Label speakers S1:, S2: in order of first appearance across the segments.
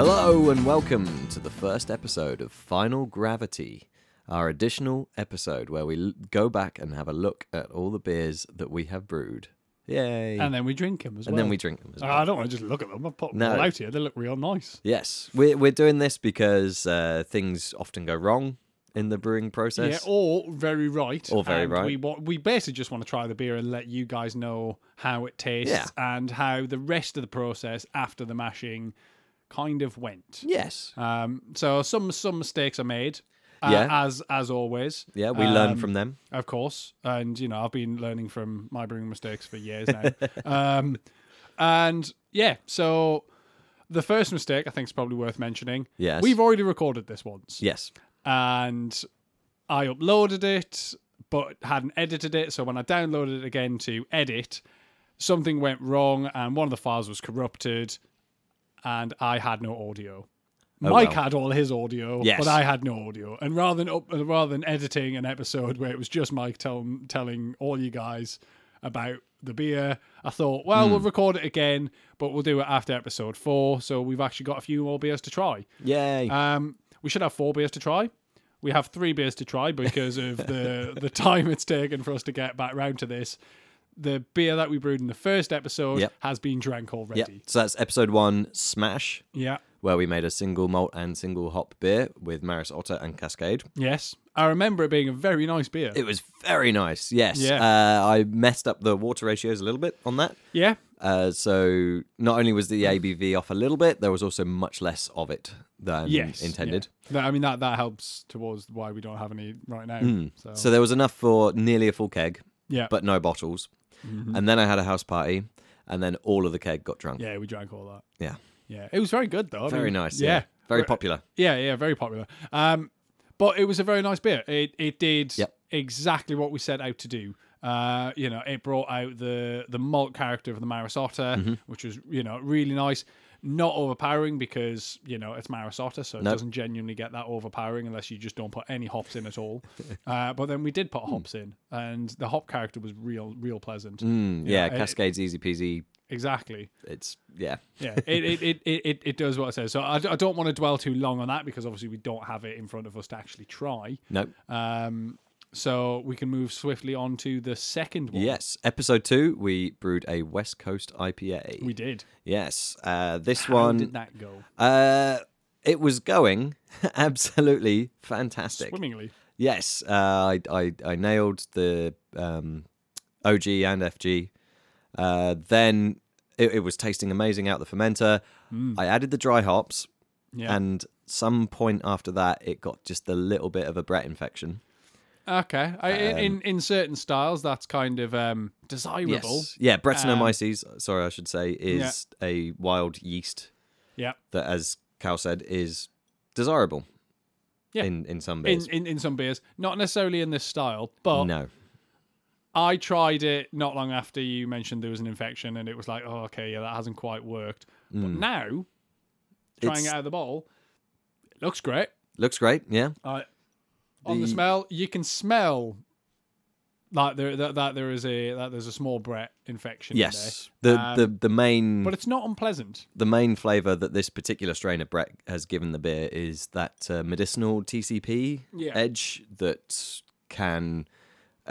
S1: Hello and welcome to the first episode of Final Gravity, our additional episode where we l- go back and have a look at all the beers that we have brewed. Yay!
S2: And then we drink them as
S1: And
S2: well.
S1: then we drink them as
S2: Ah,
S1: well.
S2: I don't want to just look at them. I put them
S1: No.
S2: all out here. They look real nice.
S1: yes, we're, we're doing this because uh, things often go wrong in the brewing process.
S2: Yeah, or very right.
S1: Or very
S2: and
S1: right.
S2: We wa- we basically just want to try the beer and let you guys know how it tastes
S1: Yeah.
S2: and how the rest of the process after the mashing kind of went.
S1: yes.
S2: Um, so some some mistakes are made. Uh,
S1: Yeah.
S2: As as always.
S1: Yeah, we learn
S2: Um,
S1: from them.
S2: of course. And you know, I've been learning from my brewing mistakes for years now. um, and yeah, so the first mistake I think is probably worth mentioning.
S1: Yes.
S2: We've already recorded this once,
S1: Yes.
S2: and I uploaded it, but hadn't edited it. So when I downloaded it again to edit, something went wrong, and one of the files was corrupted, and I had no audio.
S1: Oh,
S2: Mike
S1: well.
S2: had all his audio,
S1: Yes.
S2: but I had no audio. And rather than up, uh, rather than editing an episode where it was just Mike tell, telling all you guys about the beer, I thought, well,
S1: Hmm.
S2: we'll record it again, but we'll do it after episode four. So we've actually got a few more beers to try.
S1: Yay.
S2: Um, we should have four beers to try. We have three beers to try because of the the time it's taken for us to get back round to this. The beer that we brewed in the first episode
S1: Yep.
S2: has been drank
S1: yep.
S2: already.
S1: So that's episode one, Smash,
S2: Yeah.
S1: where we made a single malt and single hop beer with Maris Otter and Cascade.
S2: Yes. I remember it being a very nice beer.
S1: It was very nice. Yes.
S2: Yeah.
S1: Uh, I messed up the water ratios a little bit on that.
S2: yeah.
S1: Uh, so not only was the ABV off a little bit, there was also much less of it than
S2: Yes.
S1: intended.
S2: Yeah. That- I mean that that helps towards why we don't have any right now. So,
S1: So there was enough for nearly a full keg,
S2: yeah.
S1: Hmm. but no bottles. And then I had a house party, and then all of the keg got drunk. Yeah.
S2: Mm-hmm. yeah, Mm. we drank all that. Yeah. It was very good though. I
S1: Very
S2: mean,
S1: nice. Yeah. Very popular.
S2: Yeah, yeah, very popular. Um, but it was a very nice beer. It it did
S1: Yep.
S2: exactly what we set out to do. Uh, you know, it brought out the the malt character of the Maris Otter,
S1: Mm-hmm.
S2: which was you know really nice. Not overpowering because you know it's Maris Otter, so it
S1: Nope.
S2: doesn't genuinely get that overpowering unless you just don't put any hops in at all. uh, but then we did
S1: Hmm.
S2: put hops in, and the hop character was real, real pleasant.
S1: Mm, yeah.
S2: it-
S1: Cascade's easy peasy.
S2: Exactly.
S1: It's yeah.
S2: Yeah, it it, it, it, it it does what it says. So I, d- I don't want to dwell too long on that because obviously we don't have it in front of us to actually try.
S1: No.
S2: Um, so we can move swiftly on to the second one.
S1: Yes. Episode two, we brewed a West Coast IPA.
S2: we did.
S1: yes. Uh, this
S2: How
S1: one.
S2: did that go
S1: Uh, it was going absolutely fantastic.
S2: swimmingly?
S1: Yes, uh, I, I I nailed the um, OG and FG. Uh, then it, it was tasting amazing out the fermenter. I added the dry hops,
S2: Mm. Yeah.
S1: and some point after that, it got just a little bit of a Brett infection.
S2: okay. I,
S1: Um,
S2: in, in in certain styles, that's kind of um, desirable.
S1: Yes, yeah,
S2: Um,
S1: Brettanomyces. sorry, I should say is a wild yeast
S2: Yeah.
S1: that, as Cal said, is desirable.
S2: Yeah.
S1: In in some beers,
S2: In, in in some beers, not necessarily in this style, but
S1: no.
S2: I tried it not long after you mentioned there was an infection, and it was like, oh, okay, yeah, that hasn't quite worked. But now, trying
S1: Mm. It's-
S2: it out of the bottle, it looks great.
S1: Looks great. Yeah.
S2: Uh, on the
S1: The-
S2: smell, you can smell like there that, that there is a that there's a small Brett infection. in
S1: Yes.
S2: there.
S1: The,
S2: Um,
S1: the the main
S2: but it's not unpleasant.
S1: the main flavour that this particular strain of Brett has given the beer is that uh, medicinal TCP
S2: Yeah.
S1: edge that can,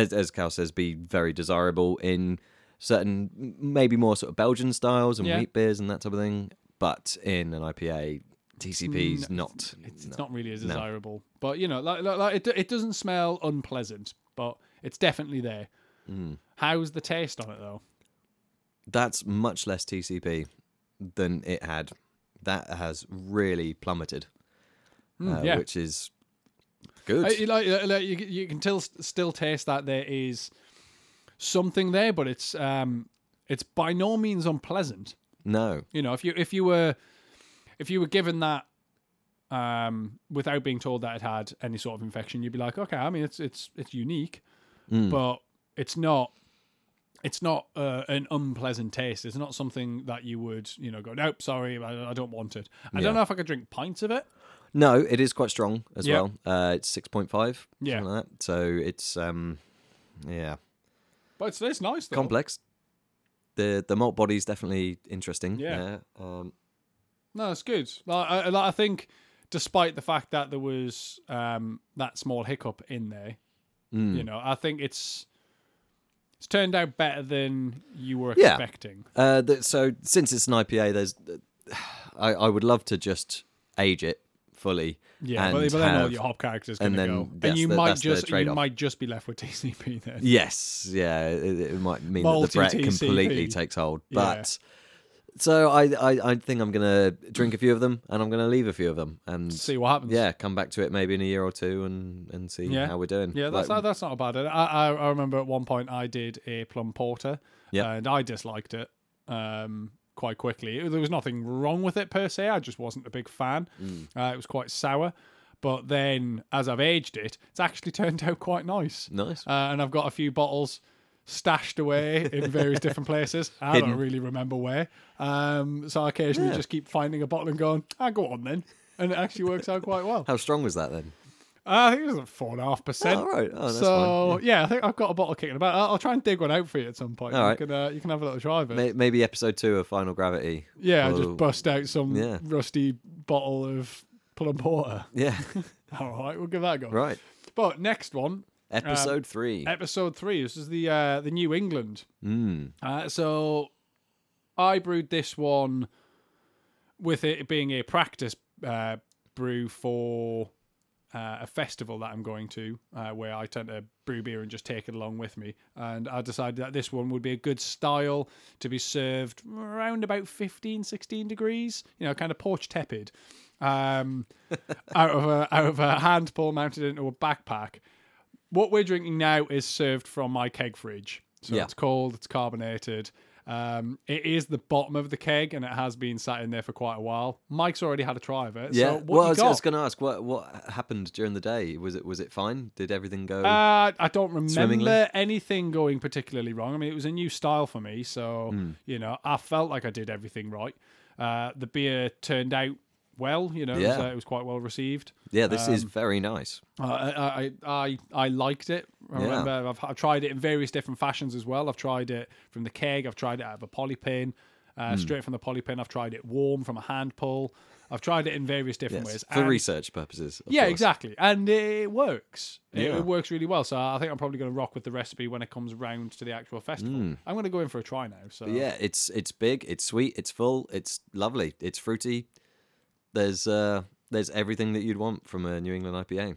S1: as, as Cal says, be very desirable in certain, m- maybe more sort of Belgian styles and
S2: Yeah.
S1: wheat beers and that type of thing. But in an IPA, TCP's not.
S2: It's, it's not really as desirable. But you know, like, like, like it do- it doesn't smell unpleasant, but it's definitely there. How's the taste on it though?
S1: That's much less TCP than it had. That has really plummeted, uh,
S2: Hmm, yeah.
S1: which is good.
S2: I, you like, like, you, you can still still taste that there is something there, but it's um it's by no means unpleasant.
S1: no.
S2: You know, if you if you were if you were given that um without being told that it had any sort of infection, you'd be like, okay, I mean it's it's it's unique, but it's not it's not uh, an unpleasant taste. It's not something that you would you know go nope, sorry, I, I don't want it. I don't know if I could drink pints of it.
S1: No, it is quite strong as
S2: Yeah.
S1: well. Uh, it's six point five.
S2: Yeah.
S1: like that. So it's um, yeah,
S2: But it's, it's nice though.
S1: complex. The the malt body's definitely interesting.
S2: Yeah.
S1: Um,
S2: No, it's good. Like, I, like, I think, despite the fact that there was um, that small hiccup in there,
S1: Mm.
S2: you know, I think it's it's turned out better than you were
S1: Yeah.
S2: expecting.
S1: Uh, th- so since it's an IPA, there's I, I would love to just age it fully.
S2: Yeah,
S1: and
S2: but, but then all
S1: have-
S2: your hop characters going
S1: and
S2: to
S1: then
S2: go, and
S1: that's
S2: you
S1: the-
S2: might
S1: that's the
S2: just you
S1: trade-off.
S2: might just be left with TCP then.
S1: Yes, yeah, it, it might mean that the
S2: Multi
S1: Brett
S2: TCP.
S1: completely takes hold.
S2: Yeah.
S1: But so I, I, I think I'm gonna drink a few of them and I'm gonna leave a few of them and
S2: See what happens.
S1: yeah, come back to it maybe in a year or two and and see
S2: Yeah.
S1: how we're doing.
S2: Yeah, that's
S1: Like,
S2: not, that's not a bad. idea. I, I I remember at one point I did a plum porter,
S1: Yeah.
S2: and I disliked it um, quite quickly. It- There was nothing wrong with it per se. I just wasn't a big fan.
S1: Mm.
S2: Uh, it was quite sour, but then as I've aged it, it's actually turned out quite nice.
S1: nice.
S2: Uh, and I've got a few bottles stashed away in various different places. I don't really remember where. Um, so I occasionally
S1: Yeah.
S2: just keep finding a bottle and going, I go on then. And it actually works out quite well.
S1: How strong was that then?
S2: Uh, I think it was like four and a half percent.
S1: All right. Oh, that's fine.
S2: So yeah. I think I've got a bottle kicking about. I'll, I'll try and dig one out for you at some point.
S1: All
S2: you
S1: right.
S2: can uh, you can have a little try of it.
S1: May- Maybe episode two of Final Gravity.
S2: yeah, I
S1: will-
S2: just bust out some
S1: Yeah.
S2: rusty bottle of plum porter.
S1: Yeah,
S2: All right, we'll give that a go.
S1: right.
S2: But next one, Um,
S1: Episode three.
S2: episode three. This is the uh, the New England.
S1: Mm.
S2: Uh, so I brewed this one with it being a practice uh, brew for uh, a festival that I'm going to, uh, where I tend to brew beer and just take it along with me. And I decided that this one would be a good style to be served around about 15, 16 degrees, you know, kind of porch tepid, um, out of a out of a hand pull mounted into a backpack. What we're drinking now is served from my keg fridge, so
S1: Yeah.
S2: it's cold, it's carbonated. Um, it is the bottom of the keg, and it has been sat in there for quite a while. Mike's already had a try of it.
S1: Yeah.
S2: so what
S1: well,
S2: you
S1: I was,
S2: got?
S1: I was going to ask what what happened during the day. Was it was it fine? Did everything go?
S2: Uh, I don't remember
S1: Swimmingly?
S2: anything going particularly wrong. I mean, it was a new style for me, so
S1: Hmm.
S2: you know, I felt like I did everything right. Uh, the beer turned out well. You know, it was,
S1: Yeah.
S2: uh, it was quite well received.
S1: yeah, this is very nice.
S2: Uh, I, I I I liked it. I
S1: Yeah.
S2: remember I've, I've tried it in various different fashions as well. I've tried it from the keg. I've tried it out of a poly pin, uh,
S1: Hmm.
S2: straight from the poly pin. I've tried it warm from a hand pull. I've tried it in various different
S1: Yes,
S2: ways.
S1: for
S2: and-
S1: research purposes. of
S2: yeah,
S1: course.
S2: exactly. And it works. It,
S1: Yeah.
S2: it works really well. So I think I'm probably going to rock with the recipe when it comes round to the actual festival. I'm going to go in for a try now. So
S1: Hmm. Yeah, it's it's big, it's sweet, it's full, it's lovely, it's fruity. There's uh there's everything that you'd want from a New England IPA.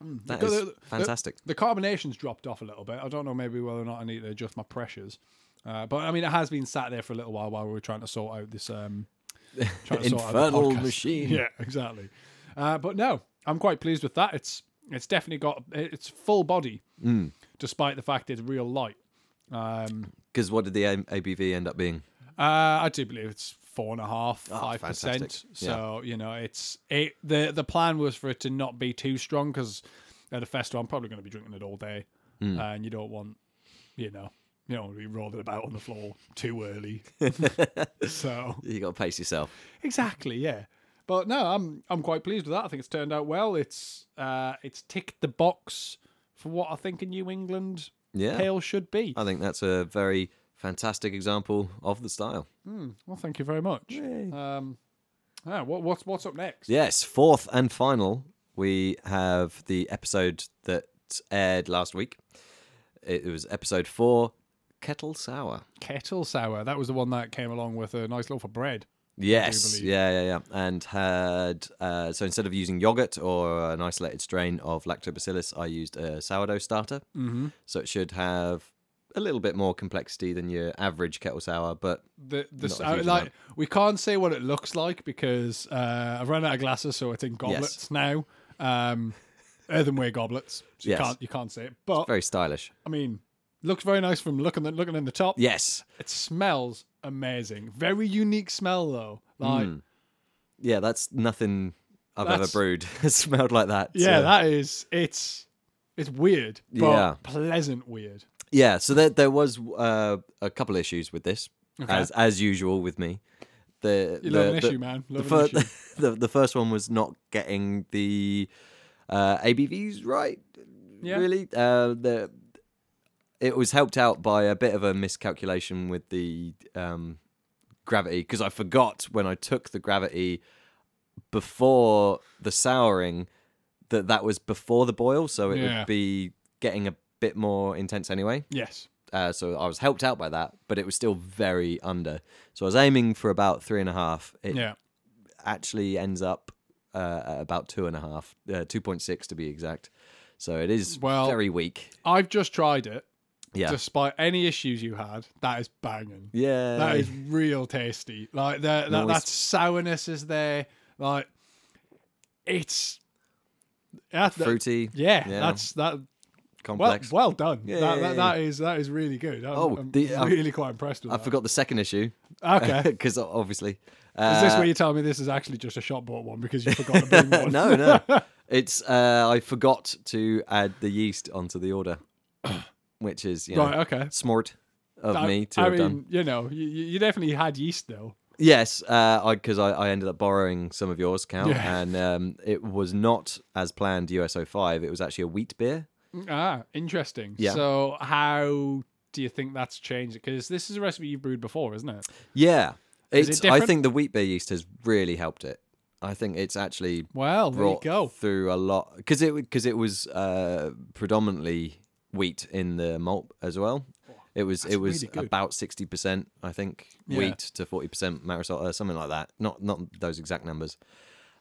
S1: That
S2: Mm, Because
S1: is
S2: the- the-
S1: fantastic.
S2: The carbonation's dropped off a little bit. I don't know maybe whether or not I need to adjust my pressures. Uh, but I mean, it has been sat there for a little while while we were trying to sort out this um, trying to sort out the
S1: Infernal
S2: podcast.
S1: machine.
S2: Yeah, exactly. Uh, but no, I'm quite pleased with that. It's it's definitely got it's full body,
S1: Hmm.
S2: despite the fact it's real light. Um,
S1: Because what did the A- ABV end up being?
S2: Uh, I do believe it's four and a half, five percent.
S1: Ah, fantastic.
S2: So you know, it's it. The the plan was for it to not be too strong because at a festival I'm probably going to be drinking it all day,
S1: Hmm.
S2: and you don't want, you know, you don't want to be rolling about on the floor too early. so
S1: You got to pace yourself.
S2: exactly, yeah. But no, I'm I'm quite pleased with that. I think it's turned out well. It's uh, it's ticked the box for what I think a New England
S1: Yeah, Uh,
S2: pale should be.
S1: I think that's a very fantastic example of the style.
S2: Well, thank you very much. Um, yeah, what what's what's up next?
S1: Yes, fourth and final, we have the episode that aired last week. It was episode four, Kettle Sour.
S2: Kettle sour. That was the one that came along with a nice loaf of bread.
S1: Yes,
S2: believe.
S1: yeah, yeah, yeah. And had uh, so instead of using yogurt or an isolated strain of lactobacillus, I used a sourdough starter. Mm-hmm. So it should have a little bit more complexity than your average kettle sour, but
S2: The the
S1: Not a
S2: sour-
S1: huge
S2: like
S1: amount.
S2: we can't say what it looks like because uh, I've run out of glasses, so it's in goblets now. Um, earthenware goblets. So you
S1: Yes.
S2: can't you can't say it. But
S1: very stylish.
S2: I mean, looks very nice from looking at, looking in the top.
S1: Yes,
S2: It smells amazing. Very unique smell though.
S1: Hmm.
S2: Like
S1: yeah, that's nothing I've ever
S2: That's-
S1: brewed. it smelled like that.
S2: yeah,
S1: so-
S2: that is it's it's weird, but
S1: Yeah.
S2: pleasant weird.
S1: Yeah, so there there was uh, a couple issues with this, as as usual with me. The the,
S2: You love an
S1: the-
S2: issue, man.
S1: The,
S2: Love an
S1: fir-
S2: issue.
S1: the the first one was not getting the uh, ABVs right.
S2: Yeah.
S1: Really, uh, the it was helped out by a bit of a miscalculation with the um, gravity because I forgot when I took the gravity before the souring that that was before the boil, so it
S2: Yeah.
S1: would be getting a bit more intense anyway.
S2: Yes.
S1: Uh, so I was helped out by that, but it was still very under. So I was aiming for about three and a half. It
S2: Yeah.
S1: actually ends up uh, at about two and a half, uh, 2.6 to be exact. So it is
S2: Well-
S1: very weak.
S2: I've just tried it.
S1: Yeah.
S2: Despite any issues you had, that is banging.
S1: yeah.
S2: That is real tasty. Like the, that,
S1: Nice.
S2: that sourness is there. Like it's that, that-
S1: fruity.
S2: Yeah,
S1: Yeah.
S2: that's that. Well,
S1: complex.
S2: well done.
S1: Yeah,
S2: that,
S1: yeah,
S2: that,
S1: yeah.
S2: that is that is really good. I'm,
S1: Oh,
S2: I'm
S1: the- I-
S2: really quite impressed with
S1: I
S2: that.
S1: forgot the second issue
S2: Okay.
S1: because obviously.
S2: Is this
S1: Uh,
S2: where you tell me this is actually just a shop bought one because you forgot to bring one?
S1: no, no. It's uh, I forgot to add the yeast onto the order, which is you know,
S2: Right, okay.
S1: smart of
S2: I-
S1: me to
S2: I
S1: have
S2: mean,
S1: done.
S2: you know, you, you you definitely had yeast though.
S1: Yes, because uh, I, 'cause I, I ended up borrowing some of yours, Cal,
S2: Yeah.
S1: and um, it was not as planned USO5. It was actually a wheat beer.
S2: Ah, interesting.
S1: Yeah.
S2: So how do you think that's changed? Because this is a recipe you brewed before, isn't it?
S1: Yeah,
S2: Is it
S1: it's. I
S2: different?
S1: think the wheat beer yeast has really helped it. I think it's actually
S2: Well, there you
S1: brought
S2: go.
S1: through a lot because it because it was uh, predominantly wheat in the malt as well. It was
S2: that's
S1: it was
S2: really good.
S1: about sixty percent, I think,
S2: Yeah.
S1: wheat to forty percent marisol or something like that. Not not those exact numbers.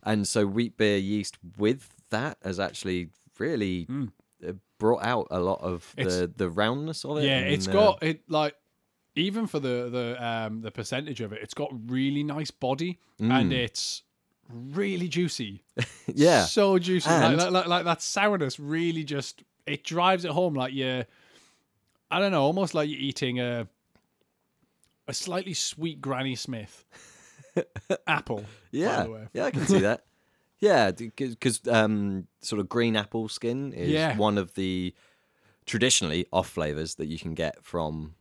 S1: And so wheat beer yeast with that has actually really uh brought out a lot of the,
S2: Hmm. It's-
S1: the roundness of it.
S2: Yeah,
S1: and,
S2: it's
S1: uh,
S2: got it like even for the the um the percentage of it, it's got really nice body and it's really juicy.
S1: Mm. yeah
S2: so juicy. Like-
S1: And-
S2: Like, like, like that sourness really just it drives it home. Like you, I don't know, almost like you're eating a a slightly sweet Granny Smith apple.
S1: yeah
S2: by the way.
S1: yeah I can see that. Yeah, because um, sort of green apple skin is
S2: Yeah.
S1: one of the traditionally off flavors that you can get from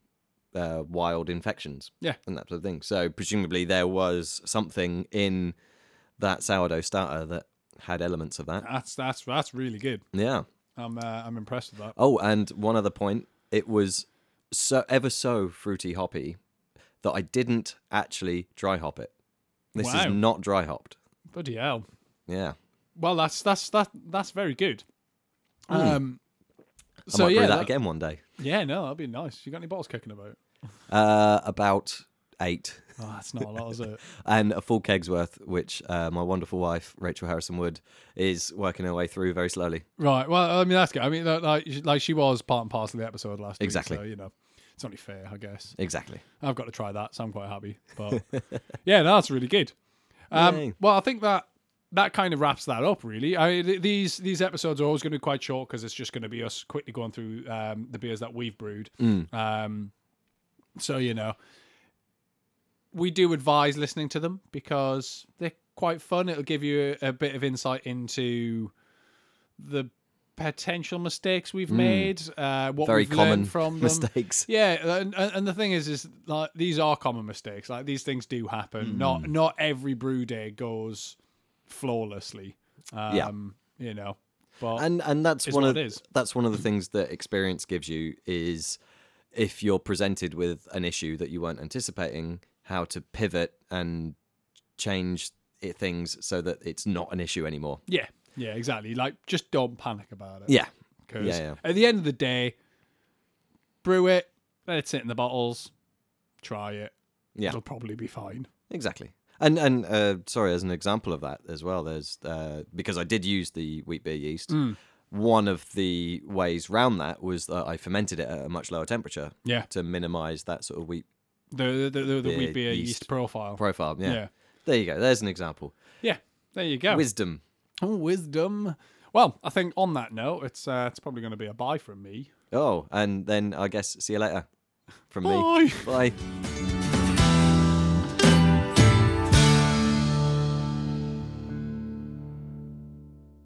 S1: uh, wild infections.
S2: Yeah.
S1: and that sort of thing. So presumably there was something in that sourdough starter that had elements of that.
S2: That's that's that's really good.
S1: Yeah.
S2: I'm uh, I'm impressed with that.
S1: Oh, and one other point, it was so ever so fruity hoppy that I didn't actually dry hop it. This
S2: Wow.
S1: is not dry hopped.
S2: Bloody hell.
S1: Yeah.
S2: Well, that's that's that that's very good. Um,
S1: Hmm. I
S2: so
S1: might
S2: yeah,
S1: brew that,
S2: that-
S1: again one day.
S2: yeah, no, that'd be nice. You got any bottles kicking about?
S1: Uh, about eight.
S2: Oh, that's not a lot, is it?
S1: and a full keg's worth, which uh, my wonderful wife Rachel Harrison Wood is working her way through very slowly.
S2: Right. Well, I mean, that's good. I mean, like- like, she- like she was part and parcel of the episode last
S1: Exactly.
S2: week. So, you know, it's only fair, I guess.
S1: Exactly.
S2: I've got to try that, so I'm quite happy. But yeah, no, that's really good. Um,
S1: Yay.
S2: well, I think that that kind of wraps that up, really. I, th- these these episodes are always going to be quite short because it's just going to be us quickly going through um, the beers that we've brewed.
S1: Mm.
S2: Um, so you know, we do advise listening to them because they're quite fun. It'll give you a, a bit of insight into the potential mistakes we've made, uh, what
S1: Mm. Very
S2: we've
S1: common
S2: learned from um, them.
S1: mistakes.
S2: Yeah, and, and and the thing is, is like these are common mistakes. Like these things do happen.
S1: Hmm.
S2: Not not every brew day goes flawlessly. Um, you know, but
S1: And and that's
S2: Is
S1: one
S2: what
S1: of
S2: it is.
S1: that's one of the things that experience gives you is if you're presented with an issue that you weren't anticipating, how to pivot and change it, things so that it's not an issue anymore.
S2: yeah, yeah, exactly. Like just don't panic about it.
S1: Yeah.
S2: 'cause
S1: yeah, yeah.
S2: at the end of the day, brew it, let it sit in the bottles, try it.
S1: Yeah.
S2: it'll probably be fine.
S1: Exactly. And and uh, sorry, as an example of that as well, there's uh, because I did use the wheat beer yeast. One of the ways round that was that I fermented it at a much lower temperature
S2: Yeah,
S1: to minimise that sort of wheat
S2: the the the, the
S1: Yeah,
S2: wheat beer yeast,
S1: yeast.
S2: profile.
S1: profile. Yeah.
S2: Yeah.
S1: There you go. There's an example.
S2: Yeah, there you go.
S1: Wisdom.
S2: Oh, wisdom. Well, I think on that note, it's uh, it's probably going to be a bye from me.
S1: Oh, and then I guess see you later from me. Bye.